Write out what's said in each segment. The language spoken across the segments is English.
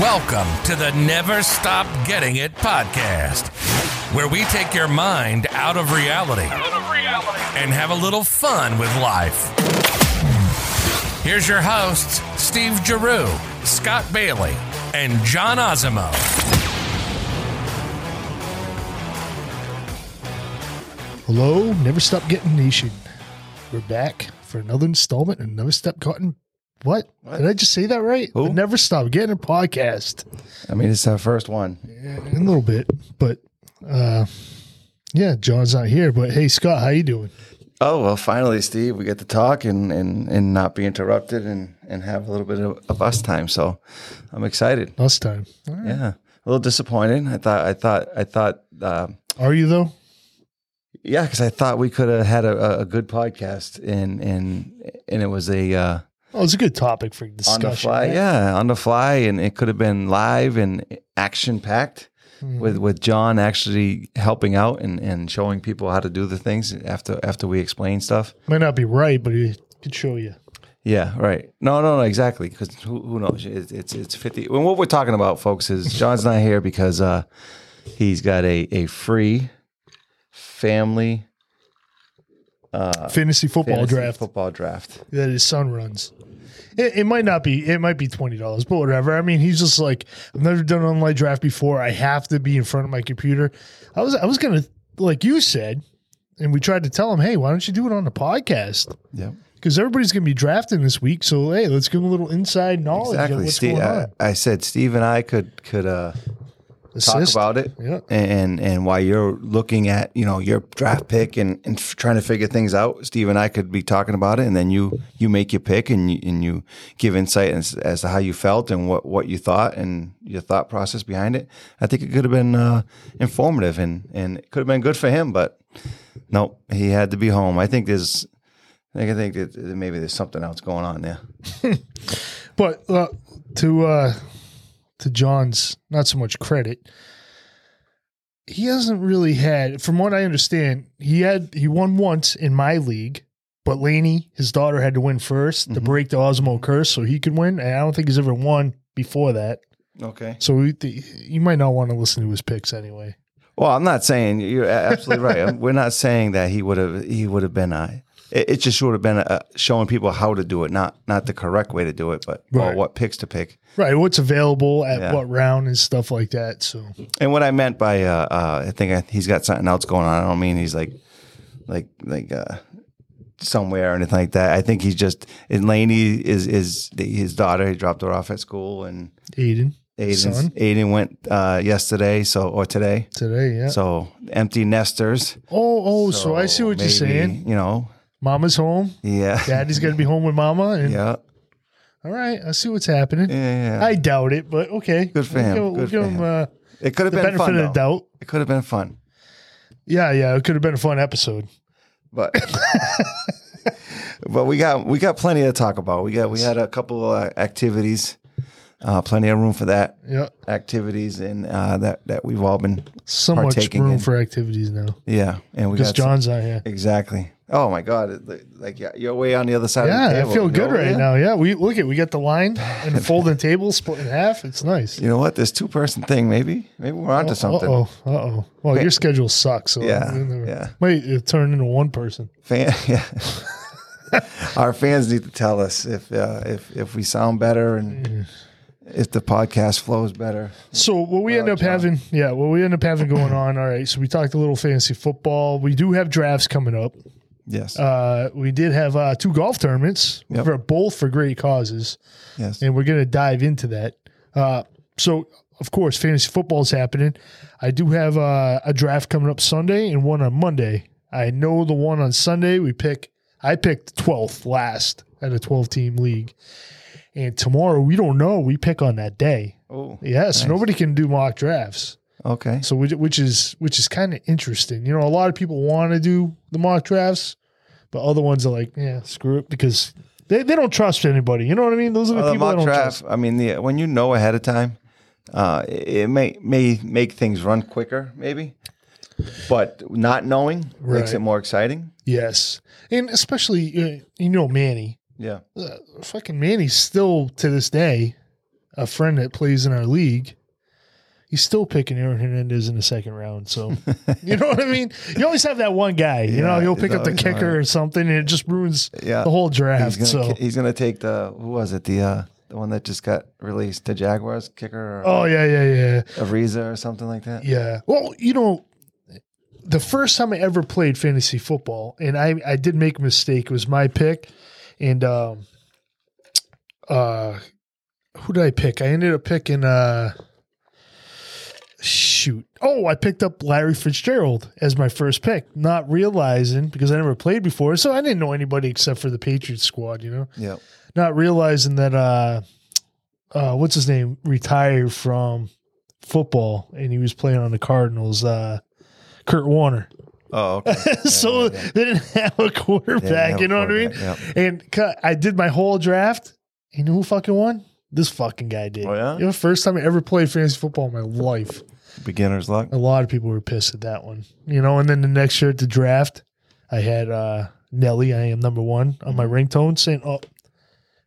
Welcome to the Never Stop Getting It podcast, where we take your mind out of reality, and have a little fun with life. Here's your hosts, Steve Giroux, Scott Bailey, and John Osimo. Hello, Never Stop Getting Nation. We're back for another installment of Never Stop Getting. What? Did I just say that right? The Never Stop Getting podcast. I mean, it's our first one. In a little bit, but uh, yeah, John's not here. But hey, Scott, how you doing? Oh well, finally, Steve, we get to talk and and, and not be interrupted and and have a little bit of, of us time. So I'm excited. Us time. All right. Yeah, a little disappointed. I thought I thought I thought uh, Are you though? yeah, because I thought we could have had a, a- a good podcast and and and it was a uh, Oh, it's a good topic for on discussion. the fly. right? Yeah, on the fly, and it could have been live and action packed. With, with John actually helping out and, and showing people how to do the things after after we explain stuff. Might not be right, but it could show you. Yeah, right. No, no, no, exactly. Because who, who knows? It's it's, it's fifty. And what we're talking about, folks, is John's not here because uh, he's got a a free family Fantasy football Uh, fantasy draft football draft. that his son runs. It, it might not be. It might be twenty dollars, but whatever. I mean, he's just like I've never done an online draft before. I have to be in front of my computer. I was I was gonna like you said, and we tried to tell him, hey, why don't you do it on the podcast? Yep, Because everybody's gonna be drafting this week, so hey, let's give him a little inside knowledge of Oh, exactly. uh, what's Steve, going I, on. I said Steve and I could could uh, talk Assist. about it. Yeah. And and while you're looking at you know your draft pick and and f- trying to figure things out, Steve and I could be talking about it, and then you you make your pick and you, and you give insight as, as to how you felt and what what you thought and your thought process behind it. I think it could have been uh, informative and and it could have been good for him, but nope, he had to be home. I think there's. I think I think that that maybe there's something else going on there. But uh, to uh, to John's not so much credit, he hasn't really had. From what I understand, he had he won once in my league, but Laney, his daughter, had to win 1st to Mhm. break the Osmo curse so he could win. And I don't think he's ever won before that. Okay. So we, th- you might not want to listen to his picks anyway. Well, I'm not saying you're a- absolutely right. Um, We're not saying that he would have he would have been a. It, it just would have been uh showing people how to do it, not not the correct way to do it, but or Right. what picks to pick. Right, what's available at Yeah. what round and stuff like that. So And what I meant by uh, uh, I think I, he's got something else going on. I don't mean he's like like like uh, somewhere or anything like that. I think he's just and Laney is is the, his daughter. He dropped her off at school, and Aiden Son. Aiden Aiden went uh, yesterday, so or today. today, yeah. So empty nesters. oh, oh, so, I see what you're maybe, saying. You know, Mama's home. yeah. Daddy's gonna be home with Mama, and Yeah. All right, I see what's happening. Yeah. I doubt it, but okay. Good for We'll him. give- we'll Good give for him, him. uh, it could have the been benefit fun. of the though. doubt. It could have been fun, Yeah, yeah, it could have been a fun episode. but but we got we got plenty to talk about. We got we had a couple of activities, uh, plenty of room for that Yeah, activities and uh, that that we've all been so much Partaking room in- for activities now yeah. And we because got John's not here. exactly. Oh my God! it- like- Like yeah, you're way on the other side. of the Yeah, I table, feel you good know? right Yeah. now. Yeah, we look at we got the line and the folding table split in half. It's nice. You know what? This two person thing, maybe maybe we're onto something. Uh oh, uh oh. Well, your schedule sucks. So Yeah, we'll never- yeah. Might uh, turn into one person. Fan, yeah. Our fans need to tell us if uh, if if we sound better and if the podcast flows better. So what we end up having, yeah, what we end up having going on. All right, so we talked a little fantasy football. We do have drafts coming up. Yes. Uh, we did have uh, two golf tournaments, Yep. for both for great causes, yes. and we're going to dive into that. Uh, so, of course, fantasy football is happening. I do have uh, a draft coming up Sunday and one on Monday. I know the one on Sunday we pick. I picked twelfth last at a twelve team league, and tomorrow we don't know. We pick on that day. Oh. Yeah, so nobody can do mock drafts. Okay. So which, which is which is kind of interesting. You know, a lot of people want to do the mock drafts, but other ones are like, yeah, screw it because they, they don't trust anybody. You know what I mean? Those are the Well, the people that mock don't draft. trust. I mean, the, when you know ahead of time, uh, it it may may make things run quicker, maybe. But not knowing makes Right. it more exciting. Yes, and especially uh, you know Manny, Yeah. uh, fucking Manny's still to this day. a friend that plays in our league. He's still picking Aaron Hernandez in the second round. So, you know what I mean? You always have that one guy, you know, Yeah, he'll pick he's up the always kicker on or something and it just ruins Yeah. the whole He's draft. gonna, so, he's gonna take the who was it the uh, the one that just got released the Jaguars kicker or oh, yeah, yeah, yeah. Ariza or something like that. Yeah. Well, you know, the first time I ever played fantasy football, and I, I did make a mistake, was my pick. And um uh who did I pick? I ended up picking uh shoot. Oh, I picked up Larry Fitzgerald as my first pick, not realizing because I never played before, so I didn't know anybody except for the Patriots squad, you know Yeah, not realizing that uh uh what's his name retired from football and he was playing on the Cardinals uh Kurt Warner. Oh, okay. Yeah, so yeah, yeah. they didn't have a Yeah, quarterback, yeah, you know what I mean? Yeah. And cu- I did my whole draft. You know who fucking won? This fucking guy did. Oh, yeah? It was the first time I ever played fantasy football in my life. Beginner's luck. A lot of people were pissed at that one. You know, and then the next year at the draft, I had uh Nelly, I am number one on Mm-hmm. my ringtone saying, Oh,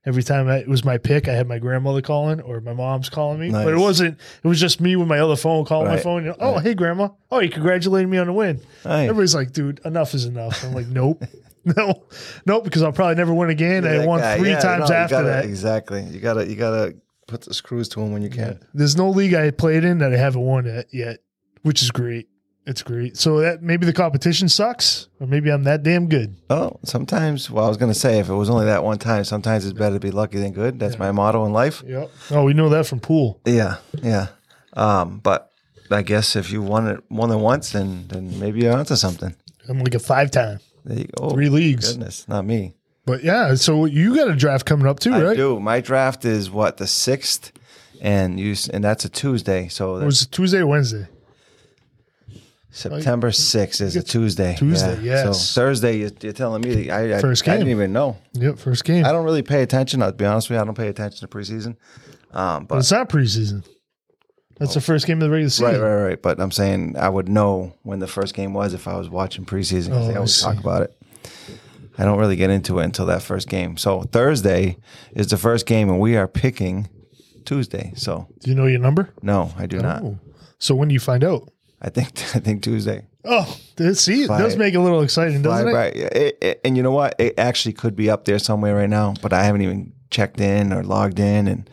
every time I, it was my pick, I had my grandmother calling or my mom's calling me. But it Nice. wasn't it was just me with my other phone calling my Right. phone. You know, oh, Right. hey grandma. Oh, you congratulated me on the win. Hey, Everybody's like, dude, enough is enough. I'm like, nope. No, nope, because I'll probably never win again. I that won guy. three Yeah, times no, you after gotta- that. Exactly. You gotta you gotta put the screws to him when you can. There's no league I played in that I haven't won it yet, which is great. It's great. So that maybe the competition sucks, or maybe I'm that damn good. Oh, sometimes. Well, I was gonna say if it was only that one time, sometimes it's better to be lucky than good. That's my motto in life. Yep. Oh, we know that from pool. Yeah, yeah. Um, but I guess if you won it more than once, then then maybe you're onto something. I'm like a five time, There you go. three leagues. Goodness, not me. But yeah, so you got a draft coming up too, I right? do. My draft is what the sixth, and you s- and that's a Tuesday. So It that's was Tuesday, or Wednesday. September sixth is a Tuesday. Tuesday, yes. So Thursday, you're, you're telling me I, I First I didn't game. even know. Yep, first game. I don't really pay attention. I'll be honest with you. I don't pay attention to preseason. Um, but It's not preseason. That's the first game of the regular season. Oh. Right, right, right. But I'm saying I would know when the first game was if I was watching preseason because Oh, they I always talk see. about it. I don't really get into it until that first game. So Thursday is the first game, and we are picking Tuesday. So Do you know your number? no, I do not. Oh. So when do you find out? I think I think Tuesday. Oh, th- see, it does By- make it a little exciting, doesn't Right, it? right. It- it- and you know what? It actually could be up there somewhere right now, but I haven't even checked in or logged in. And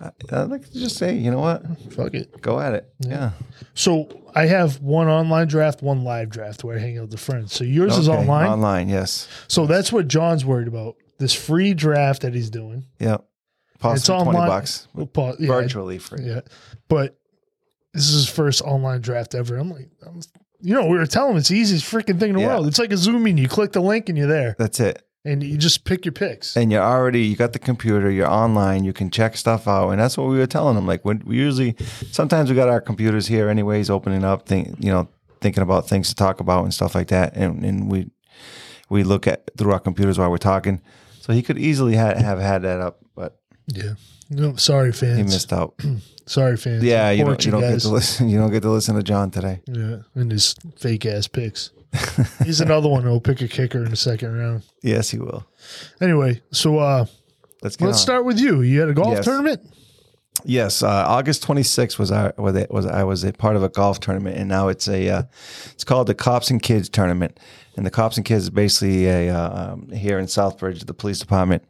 I, I'd like to just say, you know what? Fuck it. Go at it. Yeah. So I have one online draft, one live draft where I hang out with the friends. So yours is Okay. online. Online. Yes. So that's what John's worried about. This free draft that he's doing. Yeah. Possibly online. twenty bucks. We'll pause- yeah, Virtually free. Yeah. But this is his first online draft ever. I'm like, I'm, you know, we were telling him it's the easiest freaking thing in the Yeah. world. It's like a Zoom meeting. You click the link and you're there. That's it. And you just pick your picks. And you're already you got the computer, you're online, you can check stuff out, and that's what we were telling them. Like when we usually, sometimes we got our computers here anyways, opening up, think you know, thinking about things to talk about and stuff like that, and and we we look at through our computers while we're talking. So he could easily ha- have had that up, but yeah. No, sorry, fans. he missed out. Sorry, fans. Yeah, you don't, Unfortunate you don't get guys. to listen. You don't get to listen to John today. Yeah, and his fake ass picks. He's another one who'll pick a kicker in the second round. Yes, he will. Anyway, so uh, Let's get let's on. start with you. You had a golf Yes. tournament. Yes, uh, August 26th was our was, it, was I was a part of a golf tournament, and now it's a uh, it's called the Cops and Kids tournament, and the Cops and Kids is basically a uh, um, here in Southbridge, the police department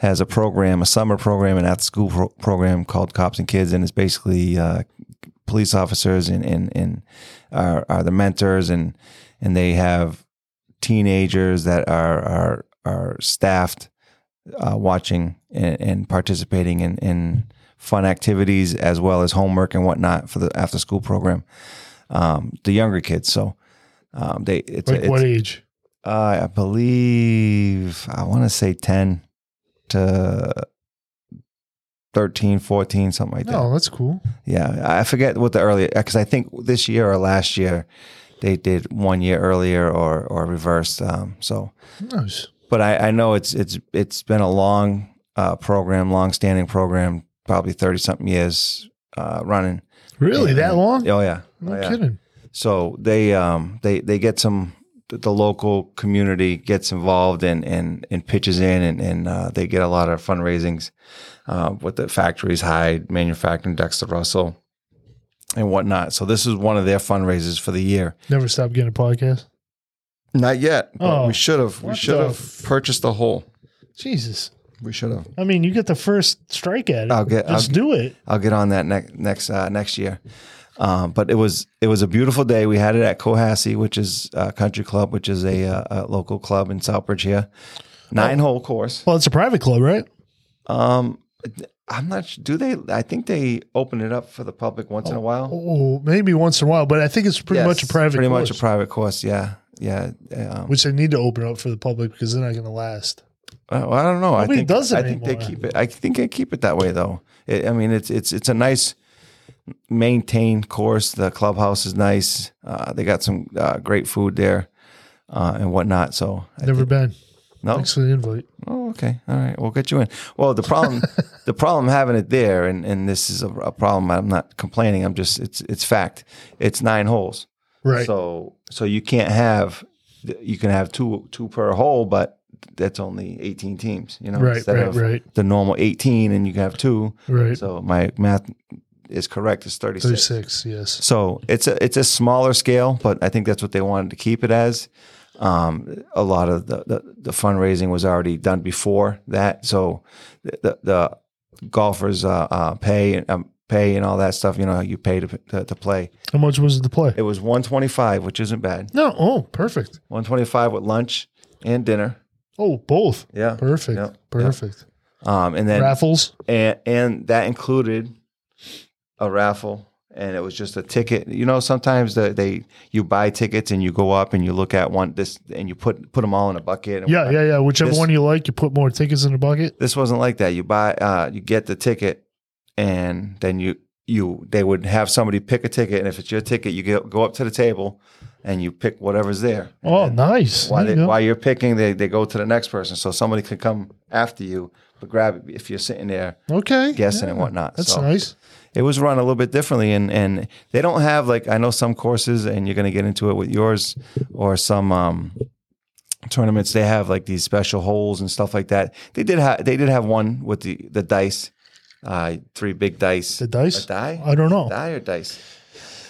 has a program, a summer program, and after school pro- program called Cops and Kids, and it's basically uh, police officers and and, and uh, are, are the mentors, and and they have teenagers that are are are staffed uh, watching and, and participating in, in fun activities as well as homework and whatnot for the after school program. Um, the younger kids, so um, they it's, Like it's what e-, age? uh, I believe I want to say ten to 13, 14, something like that. Oh, that's cool. Yeah, I forget what the earlier because I think this year or last year they did one year earlier or or reversed. Um, so Nice. but I, I know it's it's it's been a long uh, program, long standing program, probably thirty something years uh, running. Really, that long? Oh yeah, No Oh, yeah. kidding. So they um they they get some th- the local community gets involved and and and pitches in, and and uh, they get a lot of fundraisings uh, with the factories, Hyde Manufacturing, Dexter Russell, and whatnot. So this is one of their fundraisers for the year. Never stop getting a podcast. Not yet. But Oh, we should have. what We should have the f- purchased the whole. Jesus. We should have. I mean, you get the first strike at it. I'll get- Let's I'll- do it. I'll get on that next next uh, next year. Um, but it was it was a beautiful day. We had it at Cohasset, which is a country club, which is a, uh a local club in Southbridge here. Nine hole course. Well, it's a private club, right? Um, I'm not. su- Do they? I think they open it up for the public once in a while. Oh, maybe once in a while, but I think it's pretty Yes, much a private. Pretty course, much a private course. Yeah, yeah. Um, which they need to open up for the public because they're not going to last. Oh, I don't know. I Nobody think does it I think they anymore. keep it. I think they keep it that way though. It, I mean, it's it's it's a nice maintained course. The clubhouse is nice. Uh, they got some uh, great food there uh, and whatnot. So I Never been. no. Thanks for the invite. Oh, okay. All right. We'll get you in. Well, the problem, the problem having it there, and, and this is a, a problem. I'm not complaining. I'm just it's it's fact. It's nine holes. Right. So so you can't have you can have two two per hole, but that's only 18 teams. You know, Right, instead right, of right. the normal 18, and you can have two. right. So my math is correct. It's 36. 36, yes. So it's a it's a smaller scale, but I think that's what they wanted to keep it as. Um, a lot of the, the, the fundraising was already done before that, so the the, the golfers uh, uh, pay and um, pay and all that stuff. You know, you pay to, to to play. How much was it to play? It was one twenty five, which isn't bad. No. Oh, perfect. One twenty five with lunch and dinner. Oh, both. Yeah, Perfect. Yeah, yeah. Perfect. Um, and then Raffles. and and that included a raffle and it was just a ticket you know sometimes the, they you buy tickets and you go up and you look at one this and you put put them all in a bucket and Yeah, yeah, yeah. Whichever This- one you like, you put more tickets in the bucket. this wasn't like that you buy uh you get the ticket and then you you they would have somebody pick a ticket and if it's your ticket you get, go up to the table and you pick whatever's there And Oh, then nice. while, There they, you go. while you're picking they, they go to the next person so somebody could come after you but grab it if you're sitting there okay. guessing yeah, and whatnot That's so, nice. it was run a little bit differently and and they don't have like i know some courses and you're going to get into it with yours or some um tournaments they have like these special holes and stuff like that they did have they did have one with the the dice uh three big dice The dice? a die I don't know. die or dice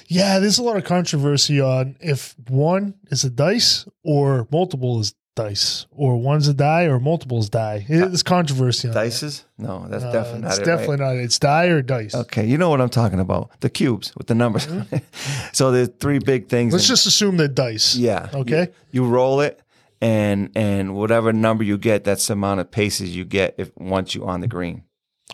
Yeah, there's a lot of controversy on if one is a dice or multiple is dice, or one's a die or multiples die. There's controversy on that. dices no that's Uh, Uh, definitely not it's it, right? definitely not. It's die or dice. okay you know what i'm talking about the cubes with the numbers so there's three big things Mm-hmm. Let's and- just assume that dice. Yeah. Okay. You, you roll it, and and whatever number you get, that's the amount of paces you get if once you on the green.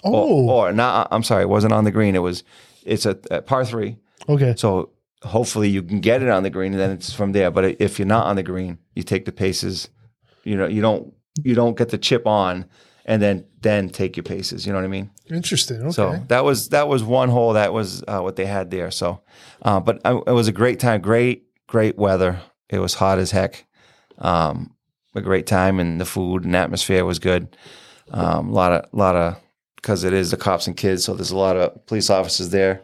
Oh. Or, or not. I'm sorry, it wasn't on the green. It was. It's a, a par three. okay. So hopefully you can get it on the green, and then it's from there. But if you're not on the green, you take the paces. You know, you don't you don't get the chip on, and then then take your paces. You know what I mean? Interesting. Okay. So that was that was one hole. That was uh, what they had there. So, uh, but I, it was a great time. Great, great weather. It was hot as heck. Um, a great time, and the food and atmosphere was good. Um, a lot of lot of because it is the cops and kids, so there's a lot of police officers there,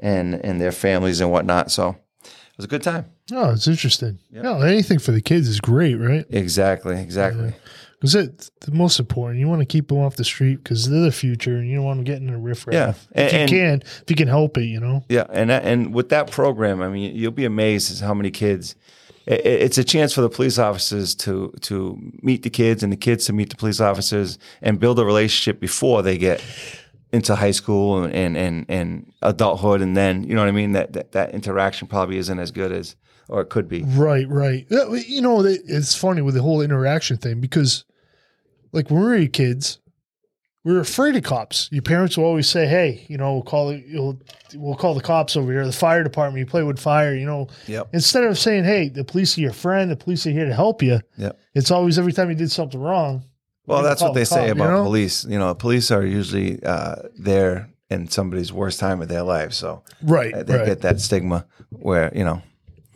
and and their families and whatnot. So it was a good time. oh, it's interesting. No, anything for the kids is great, right? Exactly, exactly. Because it the most important. You want to keep them off the street because they're the future, and you don't want them getting in a riffraff. Yeah, if you and- can, if you can help it, you know. Yeah, and that- and with that program, I mean, you'll be amazed as how many kids. it- it- It's a chance for the police officers to to meet the kids and the kids to meet the police officers and build a relationship before they get into high school and and and, and adulthood, and then you know what I mean. That, that that interaction probably isn't as good as or it could be. Right, right. Yeah, well, You know, they- it's funny with the whole interaction thing because, like, when we were kids, we were afraid of cops. Your parents will always say, "Hey, you know, we'll call it, you'll, we'll call the cops over here, the fire department. You play with fire, you know." Yep. Instead of saying, "Hey, the police are your friend. The police are here to help you," Yep. it's always every time you did something wrong. Well, You that's call what they the say cop, you about know? police. You know, police are usually uh, there in somebody's worst time of their life. So Right, they get that stigma where you know it-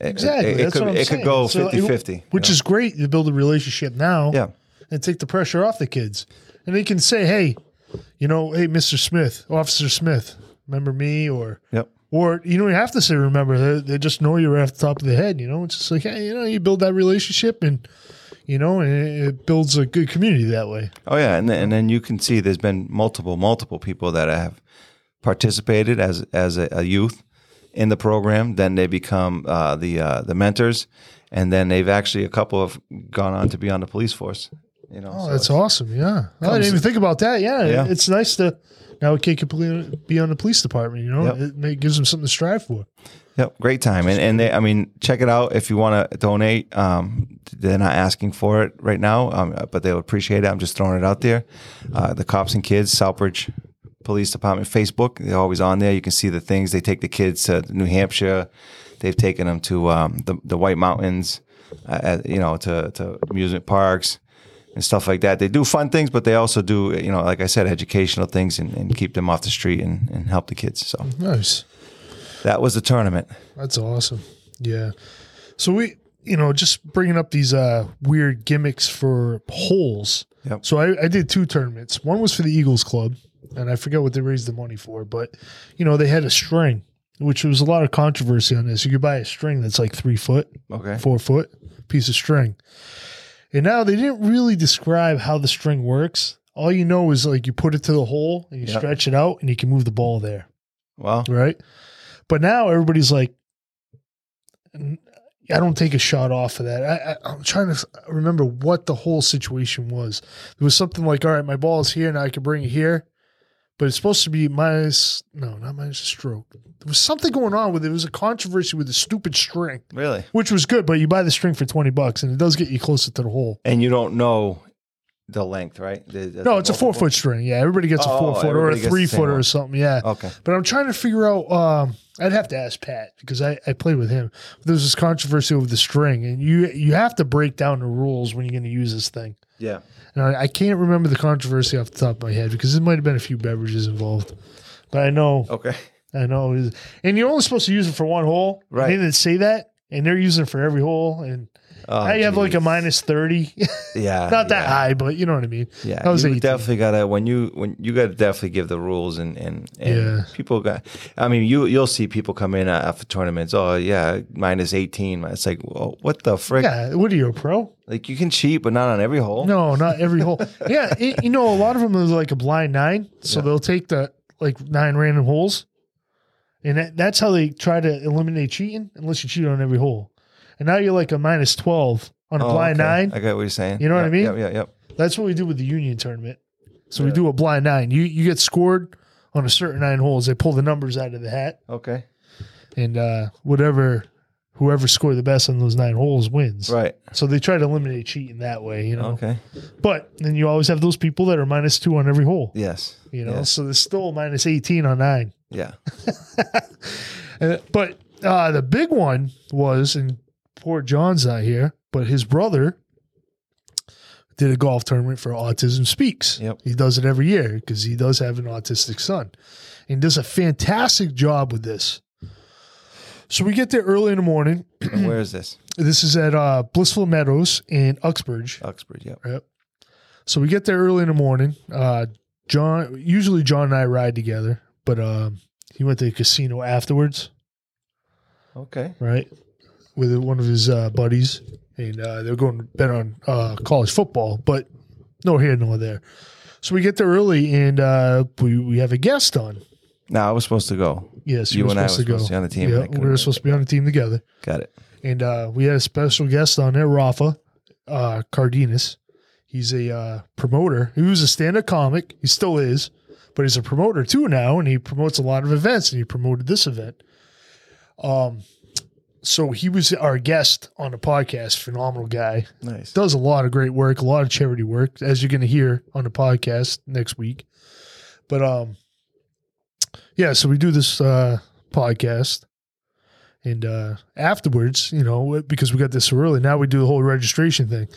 it- Exactly. it, That's could, what I'm it saying. could go So, 50 50 which is great to build a relationship now. yeah and take the pressure off the kids. And they can say, hey, you know, hey, Mr. Smith, Officer Smith, remember me? Or yep Or you don't have to say remember. They, they just know you right off the top of the head. You know, it's just like hey, you know, you build that relationship, and you know, and it- it builds a good community that way. Oh yeah, and then, and then you can see there's been multiple multiple people that have participated as as a, a youth in the program. Then they become uh, the uh, the mentors, and then they've actually a couple have gone on to be on the police force. You know, Oh, so that's awesome. Yeah. I didn't even think about that. Yeah. Yeah. It's nice to now a kid can ple- be on the police department, you know, Yep. it, ma- gives them something to strive for. Yep, great time, and and they, I mean, check it out if you want to donate. Um, they're not asking for it right now, um, but they would appreciate it. I'm just throwing it out there. Uh, the cops and kids, Southbridge Police Department Facebook, they're always on there. You can see the things they take the kids to New Hampshire. They've taken them to um, the the White Mountains, uh, at- you know, to to amusement parks and stuff like that. They do fun things, but they also do, you know, like I said, educational things and, and keep them off the street and, and help the kids. So Nice. that was the tournament. That's awesome. Yeah. So we, you know, just bringing up these uh, weird gimmicks for polls. Yep. So I, I did two tournaments. One was for the Eagles Club, and I forget what they raised the money for, but you know they had a string, which was a lot of controversy on this. You could buy a string that's like three foot, Okay. four foot piece of string, and now they didn't really describe how the string works. All you know is like you put it to the hole and you Yep. stretch it out and you can move the ball there Well, right? But now everybody's like, I don't take a shot off of that. I, I, I'm trying to s- remember what the whole situation was. It was something like, all right, my ball is here, now I can bring it here, but it's supposed to be minus, no, not minus a stroke. There was something going on with it. It was a controversy with the stupid string, Really? which was good, but you buy the string for 20 bucks and it does get you closer to the hole. And you don't know the length, right? No, it's a four foot string. Yeah, everybody gets a Oh, four foot or a everybody gets the three same footer one. or something. Yeah. Okay. But I'm trying to figure out. Um, I'd have to ask Pat because I, I played with him. There was this controversy over the string, and you you have to break down the rules when you're going to use this thing. Yeah. And I, I can't remember the controversy off the top of my head because there might have been a few beverages involved. But I know, Okay. I know, it was- and you're only supposed to use it for one hole. Right. They didn't say that, and they're using it for every hole. And Oh, I have like a geez. minus thirty, Yeah. not that yeah, high, but you know what I mean. Yeah. I was you 18. definitely gotta when you when you gotta definitely give the rules and and, and Yeah. people got. I mean, you you'll see people come in after tournaments. Oh yeah, minus eighteen. It's like well, what the frick? Yeah, what are you a pro? Like you can cheat, but not on every hole. No, not every hole. Yeah, it, you know, a lot of them is like a blind nine, so they'll take the like nine random holes, and that, that's how they try to eliminate cheating, unless you cheat on every hole. And now you're like a minus twelve on a Oh, blind okay. nine. I got what you're saying. You know what I Yep, mean? Yep. Yep. Yep. That's what we do with the union tournament. So we do a blind nine. You you get scored on a certain nine holes. They pull the numbers out of the hat, Okay. and uh, whatever whoever scored the best on those nine holes wins. Right. So they try to eliminate cheating that way, you know. Okay. But then you always have those people that are minus two on every hole. Yes. You know, Yeah. so there's still minus 18 on nine. Yeah. Uh, But uh, the big one was, and poor John's not here, but his brother did a golf tournament for Autism Speaks. Yep. He does it every year because he does have an autistic son and does a fantastic job with this. So we get there early in the morning. and where is this? This is at uh, Blissful Meadows in Uxbridge. Uxbridge. Yep. So we get there early in the morning. Uh, John, usually John and I ride together, but um, he went to the casino afterwards, Okay. right, with one of his uh, buddies, and uh, they were going to bet on uh, college football, but no here nor there. So we get there early, and uh, we we have a guest on. Now I was supposed to go. Yes, You were and I supposed were supposed to be on the team, and I Yeah, couldn't we make were it. supposed to be on the team together, Got it. and uh, we had a special guest on there, Rafa uh, Cardenas. He's a uh, promoter. He was a stand-up comic. He still is, but he's a promoter too now, and he promotes a lot of events. And he promoted this event. Um, so he was our guest on the podcast. Phenomenal guy. Nice. Does a lot of great work, a lot of charity work, as you're going to hear on the podcast next week. But um, yeah. So we do this uh, podcast, and uh, afterwards, you know, because we got this so early, now we do the whole registration thing.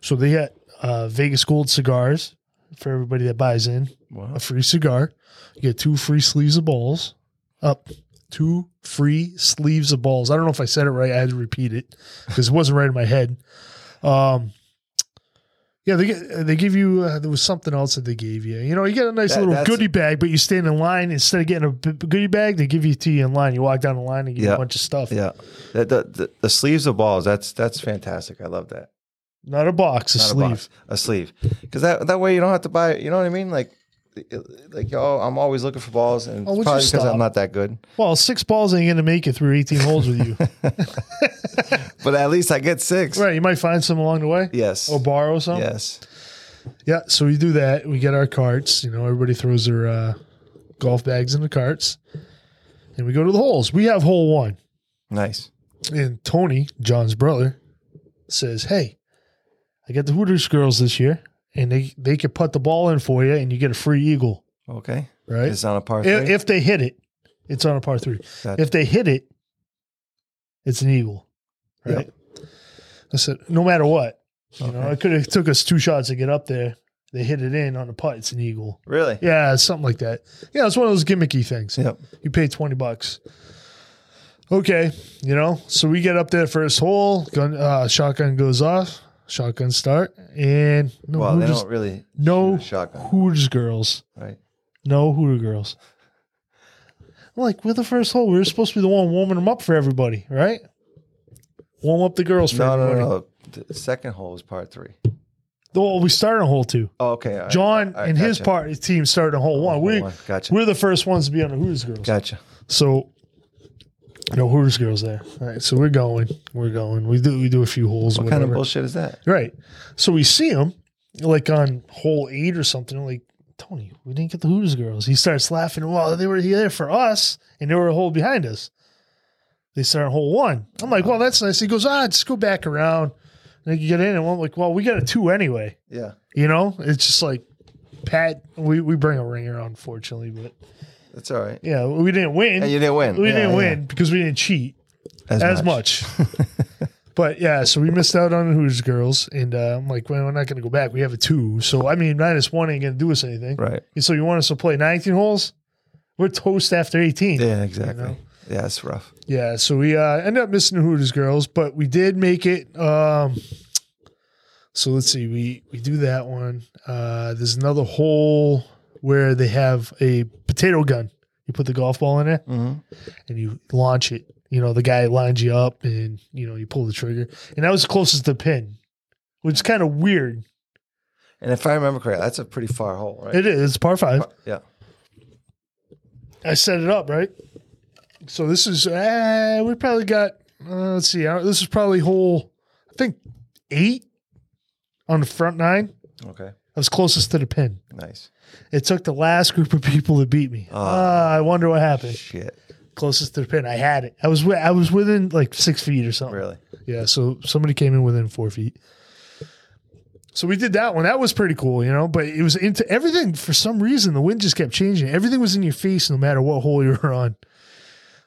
So they had uh, Vegas Gold cigars for everybody that buys in. Wow. A free cigar. You get two free sleeves of balls. Up. Two free sleeves of balls. I don't know if I said it right. I had to repeat it because it wasn't right in my head. Um, Yeah, they get, they give you uh, there was something else that they gave you. You know, you get a nice That- little that's- goodie bag, but you stand in line instead of getting a b- goodie bag, they give you to you in line. You walk down the line and get Yeah. a bunch of stuff. Yeah, the, the, the, the sleeves of balls. That's that's fantastic. I love that. Not a box, a Not sleeve. box, a sleeve, because that that way you don't have to buy. You know what I mean? Like, it- like oh, I'm always looking for balls, and Oh, would it's you probably because stop? I'm not that good. Well, six balls ain't gonna make it through eighteen holes with you. But at least I get six. right, Oh, you might find some along the way. Yes. Or borrow some. Yes. Yeah, so we do that. We get our carts. You know, everybody throws their uh, golf bags in the carts, and we go to the holes. We have hole one, Nice. and Tony, John's brother, says, "Hey, I got the Hooters girls this year, and they they could put the ball in for you, and you get a free eagle, Okay. right? It's on a par three. If, if they hit it, it's on a par three. That- If they hit it, it's an eagle, right? I said, no matter what, you know, Okay. it could have took us two shots to get up there. They hit it in on the putt. It's an eagle. really? Yeah, something like that. Yeah, it's one of those gimmicky things. Yep. You pay 20 bucks. Okay, you know, so we get up there first hole, gun, uh, shotgun goes off, shotgun start, and no Well, they Hooters, don't really no shoot a shotgun, Hooters girls. right? No Hooter girls. I'm like, we're the first hole. We were supposed to be the one warming them up for everybody, right? Warm up the girls for No, no, everybody. no, no. The second hole is par three. Well, we started on hole two. Oh, okay. all right, John all right, and his gotcha. party team started on hole one. hole We, one, gotcha. We're the first ones to be on the Hooters girls. Gotcha. So no Hooters girls there. All right, so we're going. We're going. We do we do a few holes. What whatever. kind of bullshit is that? Right. So we see him like on hole eight or something. Like Tony, we didn't get the Hooters girls. He starts laughing. Well, they were there for us, and they were a hole behind us. They start on hole one. I'm like, well, that's nice. He goes, ah, just go back around. And they get in, and I'm like, well, we got a two anyway. Yeah, You know, it's just like Pat. We we bring a ringer, unfortunately, but that's all right. yeah, we didn't win. And you didn't win. we Yeah, didn't yeah. win because we didn't cheat as much. but yeah, so we missed out on Hooters girls, and uh, I'm like, well, we're not going to go back. We have a two, so I mean, minus one ain't going to do us anything. Right. And so you want us to play 19 holes? We're toast after 18. Yeah, exactly. know? Yeah, it's rough. Yeah, so we uh, ended up missing the Hooters girls, but we did make it. Um, so let's see, we we do that one. Uh, there's another hole where they have a potato gun. You put the golf ball in there hmm and you launch it. You know, the guy lines you up and you know you pull the trigger, and that was closest to pin, which is kind of weird. And if I remember correctly, that's a pretty far hole, right? It is it's par five. Yeah. I set it up right. So this is uh, we probably got uh, let's see, uh, this is probably hole I think eight on the front nine. Okay. I was closest to the pin. Nice. It took the last group of people to beat me. Ah, I wonder what happened. Shit. Closest to the pin, I had it. I was wi- I was within like six feet or something. Really. Yeah, so somebody came in within four feet. So we did that one. That was pretty cool, you know. But it was into everything for some reason. The wind just kept changing. Everything was in your face, no matter what hole you were on.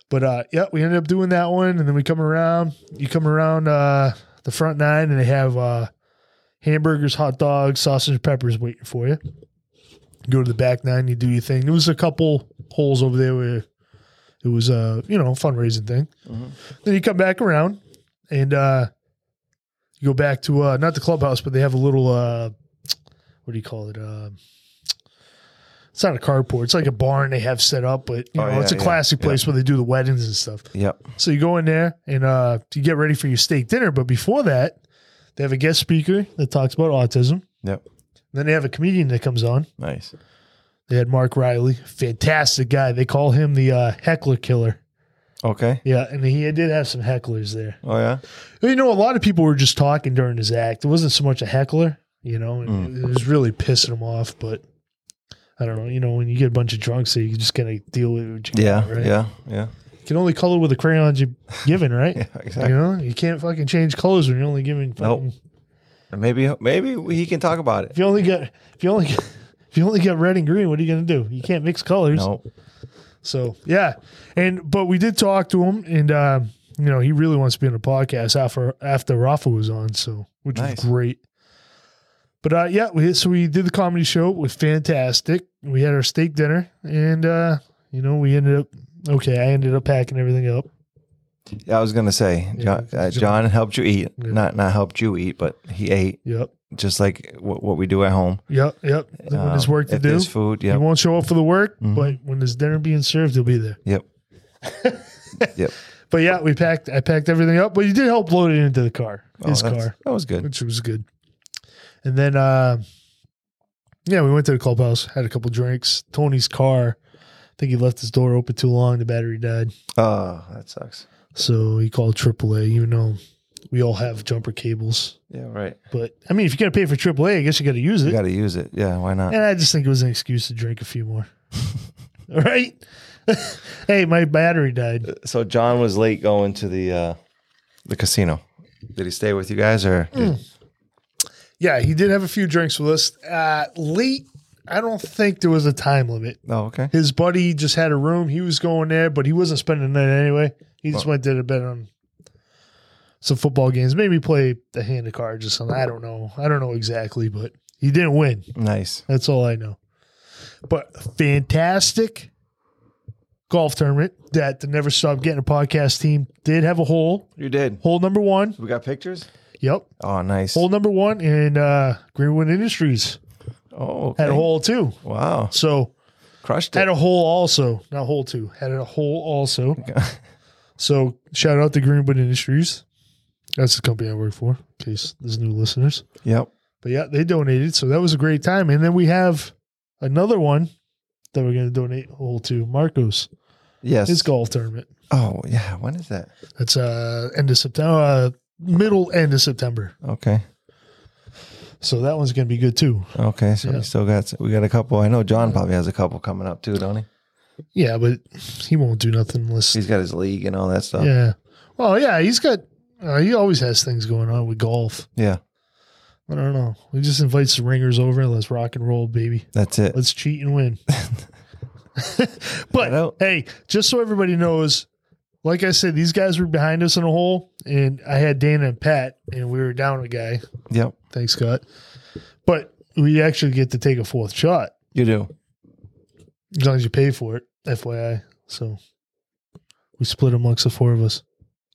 But uh, yeah, we ended up doing that one, and then we come around. You come around uh, the front nine, and they have uh, hamburgers, hot dogs, sausage, peppers waiting for you. You Go to the back nine, you do your thing. There was a couple holes over there where it was a uh, you know fundraising thing. Mhm. Then you come back around, and uh you go back to uh not the clubhouse but they have a little uh what do you call it um it's not a carport it's like a barn they have set up but you Oh, know yeah, it's a yeah, classic yeah. place where they do the weddings and stuff Yep. so you go in there and uh you get ready for your steak dinner but before that they have a guest speaker that talks about autism Yep. then they have a comedian that comes on Nice. they had mark riley fantastic guy they call him the uh, heckler killer Okay. yeah and he did have some hecklers there Oh yeah. Well, You know, a lot of people were just talking during his act. It wasn't so much a heckler, you know, and Mm. it was really pissing him off. But I don't know, you know, when you get a bunch of drunks, so you're just going to deal with it. what you Yeah. got, right? Yeah. Yeah. You can only color with the crayons you're given, right? Yeah. You Exactly. know, you can't fucking change colors when you're only given. Fucking, And Maybe maybe he can talk about it. If you only get, if you only get, if you only get red and green, what are you going to do? You can't mix colors. No. So yeah, and but we did talk to him, and uh, you know he really wants to be on the podcast after after Rafa was on, so which Nice. was great. But uh, yeah, we, so we did the comedy show. It was fantastic. We had our steak dinner, and uh, you know we ended up okay. I ended up packing everything up. Yeah, I was gonna say John, Yeah, uh, John- John helped you eat. Yeah. Not not helped you eat, but he ate. Yep, just like what, what we do at home. Yep, yep. When there's Um, work to if do, There's food. Yep. Mm-hmm. you won't show up for the work, but when there's dinner being served, you'll be there. Yep. yep. But yeah, we packed. I packed everything up, but you did help load it into the car, his Oh, that's- car, That was good. which was good. And then, uh, yeah, we went to the clubhouse, had a couple drinks. Tony's car, I think he left his door open too long. The battery died, Oh, that sucks. so he called AAA. Even though we all have jumper cables, Yeah, right. but I mean, if you're gonna pay for AAA, I guess you got to use You it. got to use it. Yeah, why not? And I just think it was an excuse to drink a few more. All right. hey, my battery died. So John was late going to the uh the casino. Did he stay with you guys or Hmm. Yeah, he did have a few drinks with us. Uh, late, I don't think there was a time limit. Oh, okay. His buddy just had a room. He was going there, but he wasn't spending the night anyway. He just went there to bet on some football games. Maybe play a hand of cards or something. I don't know. I don't know exactly, but he didn't win. Nice. That's all I know. But fantastic golf tournament that the Never Stop Getting a Podcast team did have a hole. You did. Hole number one. We got pictures? Yep. Oh, nice. Hole number one in uh, Greenwood Industries Oh, okay. had a hole too. Wow. So Crushed had it. a hole also. Not hole two. Had a hole also. So shout out to Greenwood Industries. That's the company I work for, in case there's new listeners. Yep. But yeah, they donated, so that was a great time. And then we have another one that we're going to donate whole to Marcos. Yes. His golf tournament. Oh, yeah. When is that? That's uh end of September, uh, middle end of September. Okay. So that one's going to be good too. Okay. So Yeah. we still got we got a couple. I know John probably has a couple coming up too, don't he? Yeah, but he won't do nothing unless. He's got his league and all that stuff. yeah. Well, yeah, he's got. Uh, he always has things going on with golf. Yeah, I don't know. We just invite some ringers over and let's rock and roll, baby. that's it. Let's cheat and win. Right out. but hey, just so everybody knows, like I said, these guys were behind us in a hole, and I had Dana and Pat, and we were down a guy. Yep. Thanks, Scott. But we actually get to take a fourth shot You do. as long as you pay for it, FYI. So we split amongst the four of us.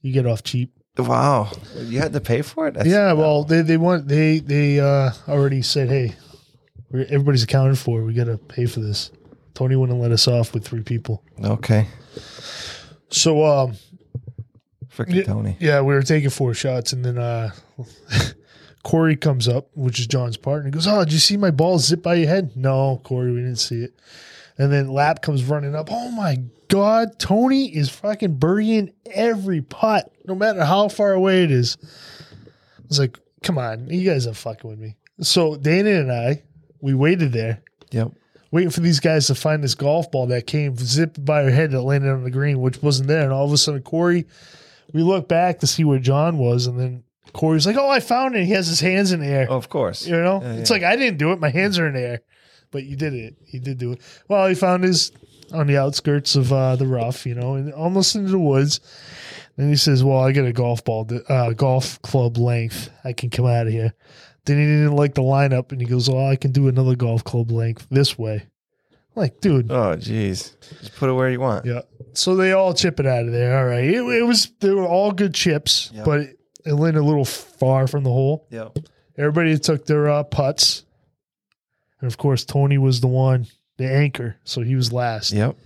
You get off cheap. Wow. You had to pay for it? That's- yeah, well, they they want they they uh, already said, hey, we're, everybody's accounted for. We got to pay for this. Tony wouldn't let us off with three people. Okay. So um, Freaking Tony. Yeah, we were taking four shots, and then uh, Corey comes up, which is John's partner. He goes, "Oh, did you see my ball zip by your head?" No, Corey, we didn't see it. And then Lap comes running up. Oh my God, Tony is fucking burying every putt, no matter how far away it is. I was like, "Come on, you guys are fucking with me." So Dana and I, we waited there, Yep. waiting for these guys to find this golf ball that came zipped by her head that landed on the green, which wasn't there. And all of a sudden, Corey, we look back to see where John was, and then Corey's like, "Oh, I found it." He has his hands in the air. of course. you know, Yeah, it's yeah. like I didn't do it. My hands are in the air, but you did it. He did do it. Well, he found his on the outskirts of uh, the rough, you know, and almost into the woods. Then he says, "Well, I got a golf ball, th- uh, golf club length. I can come out of here." Then he didn't like the lineup, and he goes, "Well, I can do another golf club length this way." I'm like, dude, Oh, jeez. Just put it where you want. yeah. So they all chip it out of there. All right, it, it was they were all good chips, Yeah. but it, it landed a little far from the hole. Yep. Everybody took their uh, putts, and of course, Tony was the one, the anchor, so he was last. Yep.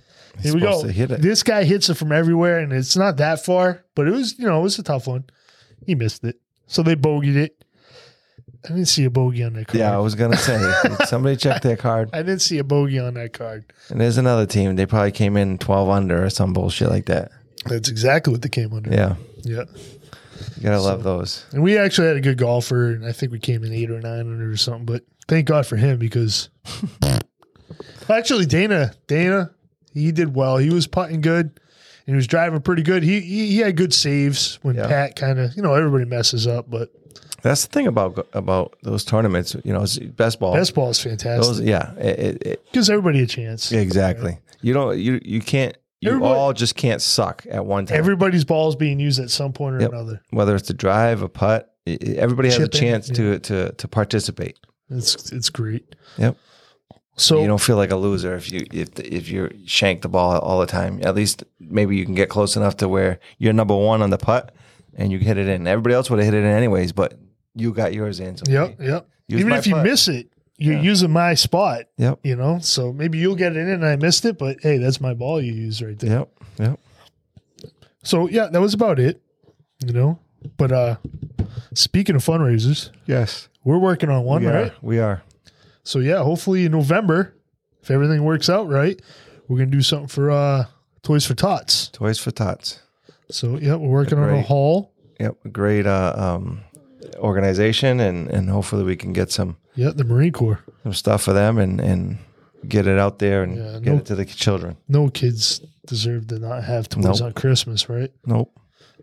Here we go. supposed to hit it. This guy hits it from everywhere, and it's not that far, but it was, you know, it was a tough one. He missed it, so they bogeyed it. I didn't see a bogey on that card. Yeah, I was gonna say. did somebody check their card. I didn't see a bogey on that card. And there's another team. They probably came in 12 under or some bullshit like that. That's exactly what they came under. Yeah, yeah. you gotta love those. And we actually had a good golfer, and I think we came in eight or nine under or something. But thank God for him because actually Dana, Dana, he did well. He was putting good, and he was driving pretty good. He he, he had good saves when Yeah. Pat kind of you know everybody messes up, but That's the thing about about those tournaments. You know, it's best ball. best ball is fantastic. those, yeah, it, it, it, Gives everybody a chance. exactly. You don't. You you can't. You Everybody- all just can't suck at one time. Everybody's ball is being used at some point or Yep. another. Whether it's a drive, a putt, i- i- everybody has Chip a in, chance to to to participate. It's it's great. Yep. So you don't feel like a loser if you if if you shank the ball all the time. At least maybe you can get close enough to where you're number one on the putt and you hit it in. Everybody else would have hit it in anyways, but you got yours in. So yep, yep. Use Even my if you putt. miss it, you're Yeah. using my spot. Yep. You know, so maybe you'll get it in and I missed it, but hey, that's my ball you used right there. Yep. Yep. So yeah, that was about it. You know, but uh speaking of fundraisers, Yes. we're working on one, we are. right? We are. So yeah, hopefully in November, if everything works out right, we're gonna do something for uh Toys for Tots. Toys for Tots. So yeah, we're working on a Great. haul. Yep. a Great uh, um, organization, and and hopefully we can get some Yeah, the Marine Corps. some stuff for them and and get it out there and Yeah, get no- it to the children. No kids deserve to not have toys Nope. on Christmas, right? Nope.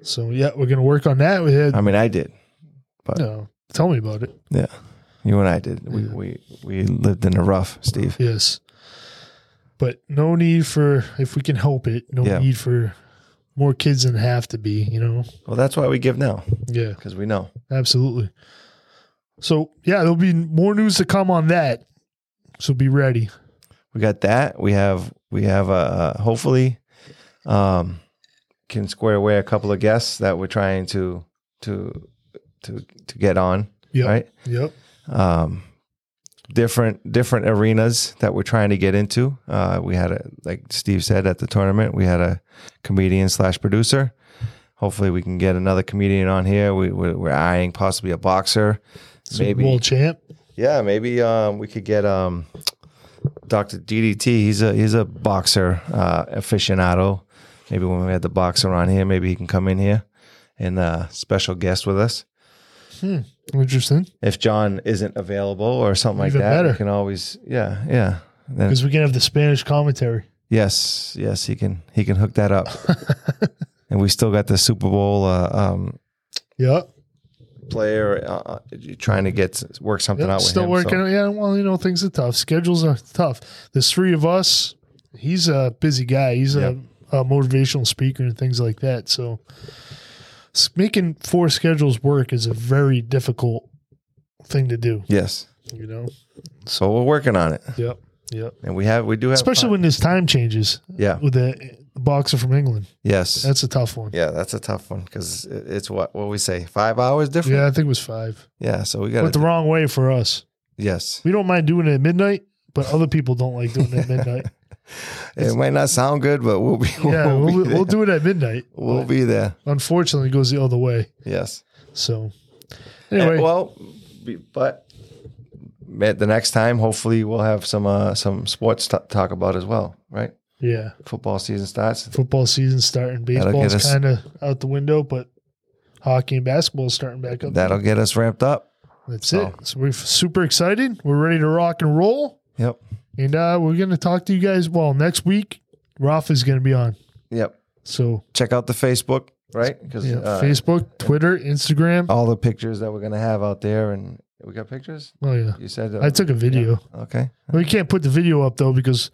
So yeah, we're gonna work on that. We had I mean, I did. no. Tell me about it. Yeah. You and I did. We we, we lived in a rough, Steve. Yes. But no need for if we can help it, no Yeah. need for more kids than have to be, you know? Well, that's why we give now Yeah, because we know. absolutely. So yeah, there'll be more news to come on that. So be ready. we got that. We have we have uh, hopefully um, can square away a couple of guests that we're trying to to to to get on Yep. right. Yep. Um, different different arenas that we're trying to get into. Uh, we had a like Steve said at the tournament, we had a comedian slash producer. Hopefully, we can get another comedian on here. We we're, we're eyeing possibly a boxer, Super Bowl champ. yeah, maybe um, we could get um, Doctor DDT. He's a he's a boxer uh, aficionado. Maybe when we had the boxer on here, maybe he can come in here and uh, special guest with us. Interesting. If John isn't available or something like Even that, better. we can always yeah yeah. Then- Because we can have the Spanish commentary. yes yes he can he can hook that up. and we still got the Super Bowl uh, um, Yep. player uh, uh, trying to get work something Yep. out with Still him. working. So, out Yeah, well, you know, things are tough. Schedules are tough. There's three of us. He's a busy guy. He's Yep. a, a motivational speaker and things like that. So s- making four schedules work is a very difficult thing to do, yes, you know? so we're working on it, Yep. Yep. and we have we do have Especially when his time changes yeah with the boxer from England. yes That's a tough one. Yeah, that's a tough one because it's what what we say five hours different. Yeah, I think it was five. Yeah, so we got Went the to wrong way for us. yes. We don't mind doing it at midnight, but other people don't like doing it at midnight. It might not sound good, but we'll be we'll, Yeah, be we'll, there. we'll do it at midnight. We'll be there. unfortunately it goes the other way. Yes. So And- anyway, well, be- but at the next time, hopefully, we'll have some uh, some sports to talk about as well. Right? yeah, Football season starts. football season starting, baseball's get us- kind of out the window, but hockey and basketball is starting back up. That'll get us ramped up. That's it. So we're super excited. We're ready to rock and roll, Yep. and uh, we're going to talk to you guys. Well, next week, Ralph is going to be on. Yep. So Check out the Facebook. Right? Because yeah, Facebook, Twitter, Instagram. all the pictures that we're gonna have out there, and we got pictures. Oh yeah, You said uh, I took a video. okay. We can't put the video up though because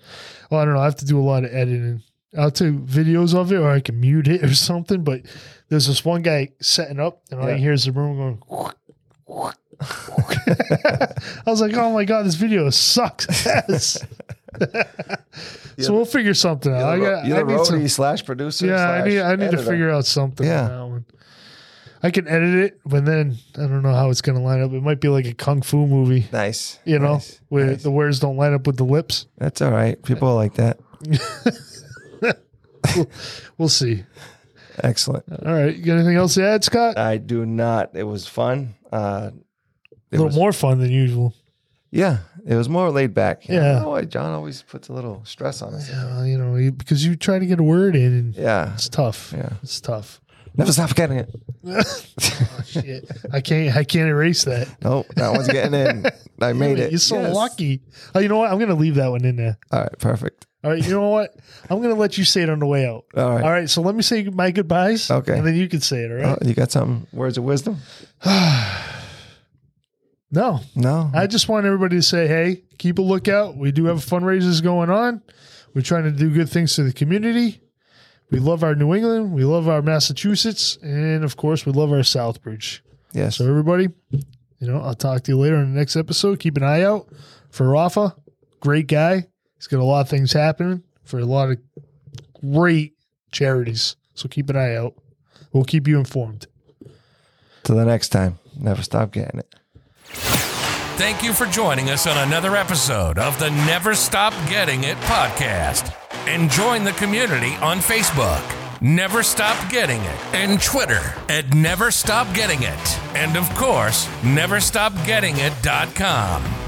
well, I don't know. I have to do a lot of editing. I'll take videos of it, or I can mute it or something. But there's this one guy setting up, and all Yeah. you hear is the room going. I was like, "Oh my god, this video sucks." ass." You're so we'll figure something out. I You're the ro- got. you're I the need some, roadie slash producer. yeah, I slash need. I need to editor. figure out something on Yeah. that one. I can edit it, but then I don't know how it's going to line up. It might be like a kung fu movie, Nice. you know, nice, where nice. the words don't line up with the lips. That's all right. People are like that. We'll see. Excellent. All right. You got anything else to add, Scott? A I do not. It was fun. Uh, it little was, more fun than usual. Yeah, it was more laid back. You know, I Yeah. don't know why John always puts a little stress on us. Yeah, Uh, you know, you- because you try to get a word in and Yeah. it's tough. Yeah. It's tough. Never stop getting it. Shit. I can't I can't erase that. Nope. That one's getting in. I made it. You're so Yes. lucky. Oh, you know what? I'm gonna leave that one in there. All right. Perfect. All right, you know what? I'm gonna let you say it on the way out. All right. All right, so let me say my goodbyes. Okay. And then you can say it, all right? Oh, you got some words of wisdom? no. No. I just want everybody to say, hey, keep a lookout. We do have fundraisers going on. We're trying to do good things to the community. We love our New England. We love our Massachusetts. And of course, we love our Southbridge. yes. So, everybody, you know, I'll talk to you later in the next episode. Keep an eye out for Rafa. Great guy. He's got a lot of things happening for a lot of great charities. So, keep an eye out. We'll keep you informed. Till the next time. Never stop getting it. Thank you for joining us on another episode of the Never Stop Getting It podcast. And join the community on Facebook, Never Stop Getting It, and Twitter at Never Stop Getting It. And of course, NeverStopGettingIt.com.